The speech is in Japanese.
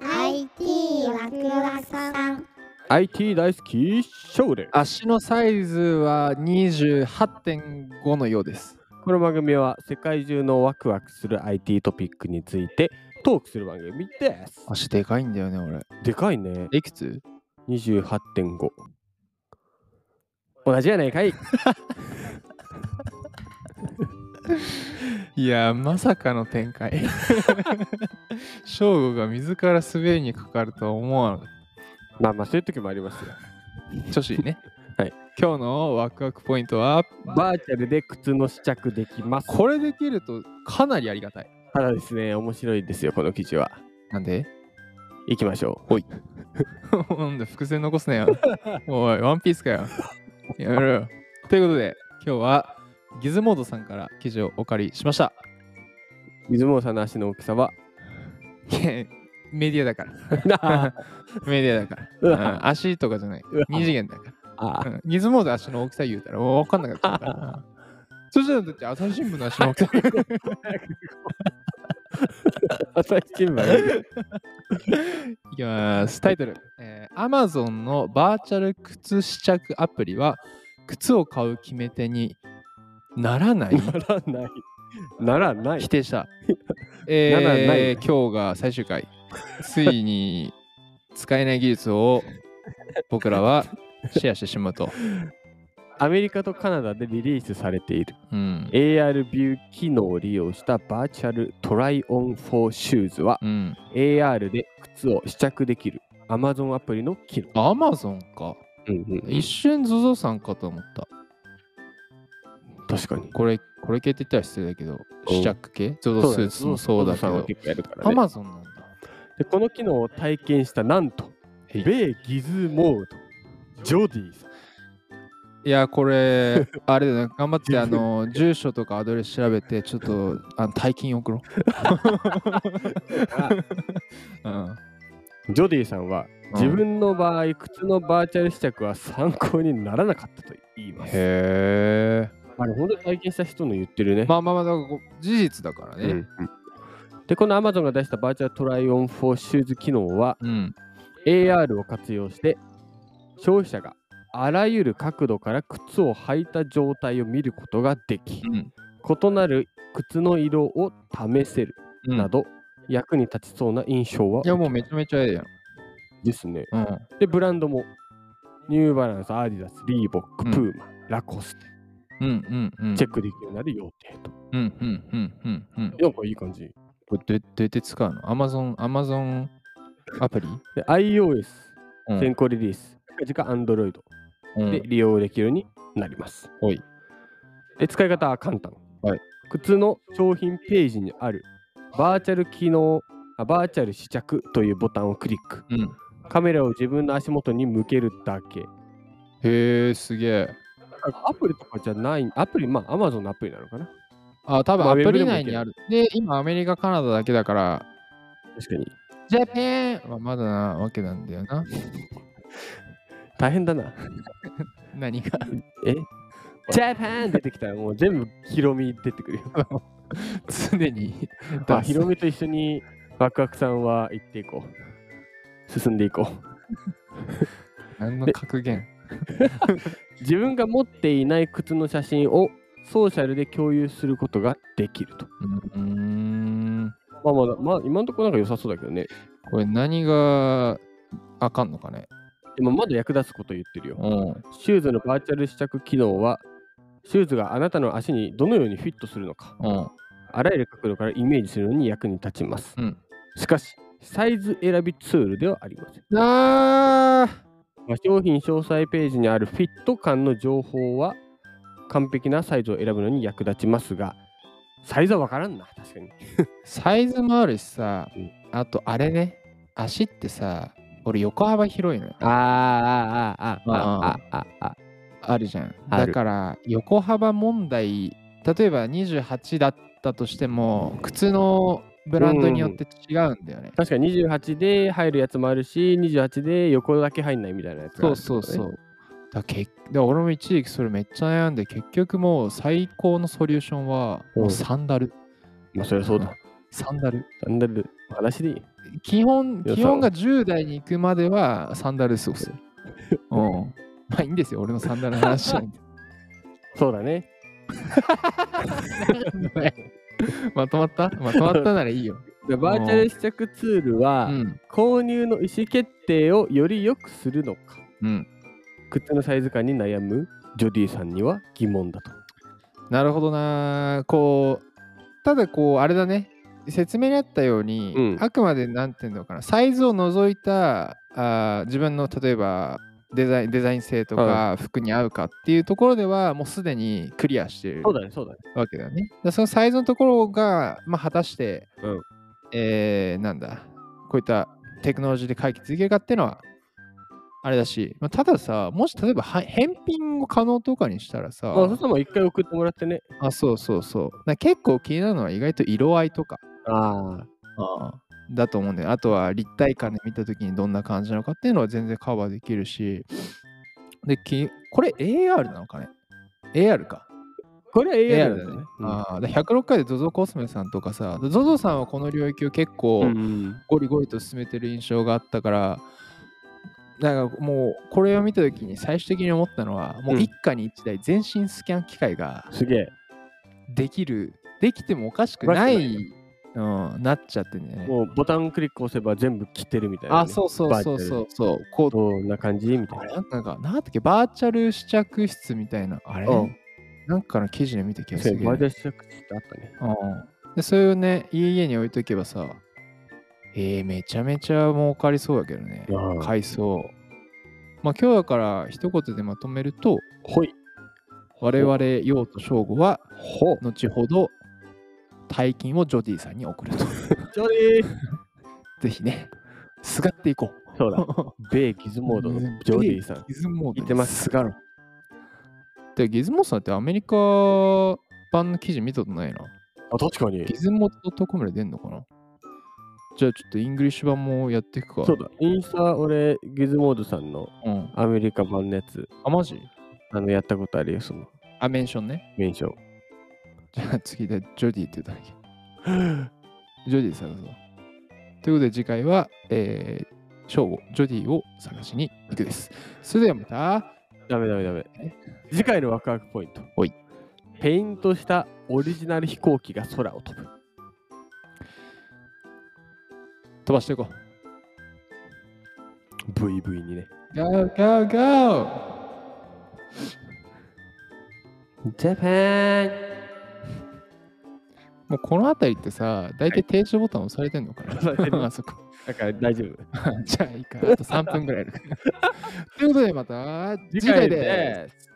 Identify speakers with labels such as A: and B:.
A: IT ワクワクさん
B: IT 大好きショーレ
C: 足のサイズは28.5のようです。
B: この番組は世界中のワクワクする IT トピックについてトークする番組です
C: 足でかいんだよね、俺。
B: でかいね
C: いくつ
B: 28.5同じやないかい
C: いや、まさかの展 開。翔吾が自ら滑りにかかるとは思わなかっ
B: まあまあそういう時もありますよ
C: た。女子ね。
B: はい。
C: 今日のワクワクポイントは、
B: バーチャルで靴の試着できます
C: これできるとかなりありがたい。
B: ただですね面白いですよこの記事は
C: なんで
B: 行きましょうほい
C: なんで伏線残すなよ。おい、ワンピースかよ。やめろよ。ということで、今日はギズモードさんから記事をお借りしました。
B: 水本さんの足の大きさは
C: いやメディアだから。
B: あ
C: メディアだから。
B: う
C: う
B: わ
C: ん足とかじゃない。
B: うわ
C: 二次元だか
B: あ
C: ら。うんギズモード足の大きさ言うたらもう分かんな かったから。そしたらだって朝日新聞の足の大きさ。
B: 朝日新聞
C: いきます。タイトル、えー Amazon のバーチャル靴試着アプリは靴を買う決め手にならない
B: ならないなら ない
C: 否定した。
B: ならな
C: え
B: い
C: ー、今日が最終回。ついに使えない技術を僕らはシェアしてしまうと。
B: アメリカとカナダでリリースされている
C: うん。
B: AR ビュー機能を利用したバーチャルトライオン4シューズは
C: うん。
B: AR で靴を試着できる Amazon アプリの機能。
C: Amazon か。
B: うんうん
C: 一瞬 ZOZO さんかと思った。
B: 確かに。
C: これ、これ系って言ったら失礼だけど、
B: うん
C: 試着系 ?ZOZO スーツもそうだけ
B: さんは
C: ど。
B: 結構やるからね。
C: Amazon なんだ。
B: でこの機能を体験したなんと、
C: い
B: 米ギズモード、ジョディさん。
C: いや、これ、あれだな、頑張って、あの、住所とかアドレス調べて、ちょっと、あの、大金送ろ う。うん。
B: ジョディさんは、自分の場合、靴のバーチャル試着は参考にならなかったと言います。
C: へえ。
B: あれ、本当に体験した人の言ってるね。
C: まあまあまあ、だからこう事実だから
B: う
C: ね。
B: んで、この Amazon が出したバーチャルトライオン4シューズ機能は、
C: うん。
B: AR を活用して消費者があらゆる角度から靴を履いた状態を見ることができ
C: うん。
B: 異なる靴の色を試せる
C: うん
B: など、役に立ちそうな印象はい
C: や、もうめちゃめちゃええやん。
B: ですね
C: うん。
B: でブランドもニューバランスアディダスリーボック
C: うん
B: プーマ、ラコステ
C: うんうんうん。
B: チェックできるようになる予定と、
C: うんうんうんうんうん。
B: なんかいい感じ
C: これどどうやって使うの ?Amazon、Amazon アプリ
B: で iOS
C: うん
B: 先行リリース近々 Android
C: うん
B: で利用できるようになります。
C: はい
B: で使い方は簡単、
C: はい
B: 靴の商品ページにあるバーチャル機能あバーチャル試着というボタンをクリック。
C: うん。
B: カメラを自分の足元に向けるだけ。
C: へえ、すげえ。
B: アプリとかじゃない、アプリ、まあ Amazon のアプリなのかな。
C: あ、多分
B: まあ
C: アプ
B: ウェブで
C: リ
B: もい
C: 内
B: ける
C: にある。で、今アメリカ、カナダだけだから、
B: 確かに。
C: ジャペンはまだなわけなんだよな。
B: 大変だな。
C: 何が
B: えジャパン出てきたらもう全部ヒロミ出てくるよ。
C: 常に。
B: あヒロミと一緒にワクワクさんは行っていこう。進んでいこう。
C: 何の格言
B: 自分が持っていない靴の写真をソーシャルで共有することができると。
C: うーん。
B: まあまあ、まあ、今のところなんか良さそうだけどね。
C: これ何があかんのかね
B: 今まだ役立つこと言ってるよ。
C: うん。
B: シューズのバーチャル試着機能は、シューズがあなたの足にどのようにフィットするのか、
C: うん。
B: あらゆる角度からイメージするのに役に立ちます。
C: うん
B: しかし、サイズ選びツールではありません。
C: あ
B: まあ商品詳細ページにあるフィット感の情報は完璧なサイズを選ぶのに役立ちますが、サイズはわからんな、確かに。
C: サイズもあるしさ
B: うん、
C: あとあれね、足ってさ、俺横幅広いのよ。
B: あーあーあーあーあーあーあー
C: あるじゃん。
B: あ
C: だ
B: る
C: から横幅問題、例えば28だったとしても、靴のブランドによって違うんだよね。
B: 確かに28で入るやつもあるし28で横だけ入んないみたいなやつがあ
C: そ
B: る
C: うそうそう。だけだ俺も一時期それめっちゃ悩んで、結局もう最高のソリューションはもううんサンダル。
B: まあそりゃそうだ
C: サンダル。
B: サンダル話でいい
C: 基
B: よ
C: 本、
B: いしょ
C: 基本が10代に行くまではサンダル 過ごす。うん。まあいいんですよ、俺のサンダルの話なんで
B: そうだね。
C: まとまったまとまったならいいよ。
B: でバーチャル試着ツール
C: う
B: は、
C: ん。
B: 購入の意思決定をより良くするのか
C: うん。
B: 靴のサイズ感に悩むジョディさんには疑問だと。
C: なるほどな。こう、ただこう、あれだね。説明にあったように、
B: うん
C: あくまでなんていうのかな、サイズを除いたあー自分の例えばデザインデザイン性とか服に合うかっていうところでは、もうすでにクリアしている
B: そうだね、そうだね。
C: わけだよね。だからそのサイズのところが、まあ、果たして、
B: うん
C: えーなんだ、こういったテクノロジーで解決できるかっていうのは、あれだし、まあ、たださ、もし例えばは返品を可能とかにしたらさ、
B: まあ、そしたらもう一回送ってもらってね。
C: あそうそうそう。な結構気になるのは意外と色合いとか
B: ああ、
C: だと思うんだよ。あとは立体感で見たときにどんな感じなのかっていうのは全然カバーできるし。で、きこれ AR なのかね ?AR か。
B: これは AI な
C: AR
B: んだ
C: だね
B: ね。。
C: あーで106回で ZOZO コスメさんとかさ、ZOZO さんはこの領域を結
B: うん
C: 構
B: うん
C: ゴリゴリと進めてる印象があったから、なんかもうこれを見たときに最終的に思ったのは、もう一家に一台全身スキャン機械が
B: すげえ。
C: できるできてもおかしくないうん、なっちゃってね
B: もうボタンクリック押せば全部着てるみたいなね、
C: あそうそうそうそうそうこう
B: どんな感じみたい
C: あれなんかなんだっけバーチャル試着室みたいなあれ、
B: うん
C: なんかの記事で見た気
B: な。
C: が
B: そう
C: するけど
B: バーチャル試着ってあったね。
C: うんでそれをね家に置いとけばさえー、めちゃめちゃ儲かりそうだけどね
B: うん
C: 買いそうまあ今日だから一言でまとめると
B: ほい。
C: 我々用と正吾は
B: ほう。
C: 後ほど大金をジョディさんに送ると
B: ジョリー
C: ぜひね、すがっていこう。
B: そう だ。米ギズモードのジョディさん。
C: ギズモード
B: 言ってます
C: すがろう。で、ギズモードさんってアメリカ版の記事見たことないな。
B: あ、確かに
C: ギ。ズモード .com で出んのかなじゃあちょっとイングリッシュ版もやっていくか。
B: そうだ。インスタ、俺、ギズモードさんの
C: うん。
B: アメリカ版のやつ、
C: あ、マジ
B: あの、やったことあるよ、その、
C: あ、メンションね。
B: メンション。
C: じゃあ次でジョディって言っただけ。 ジョディ探そう。ということで次回は、えー、ショーゴ、ジョディを探しに行くです。それではまた。
B: ダメダメダメ
C: え。
B: 次回のワクワクポイント。
C: ほい。
B: ペイントしたオリジナル飛行機が空を飛ぶ。
C: 飛ばしていこう。
B: VV にね。
C: Go, go, go!
B: Japan!
C: もうこの辺りってさ、大体停止ボタン押されてんのかな、
B: 押されて る
C: あそこ。
B: だから大丈夫。
C: じゃあいいか。あと3分ぐらいあるから。ということでまた次回です。
B: す。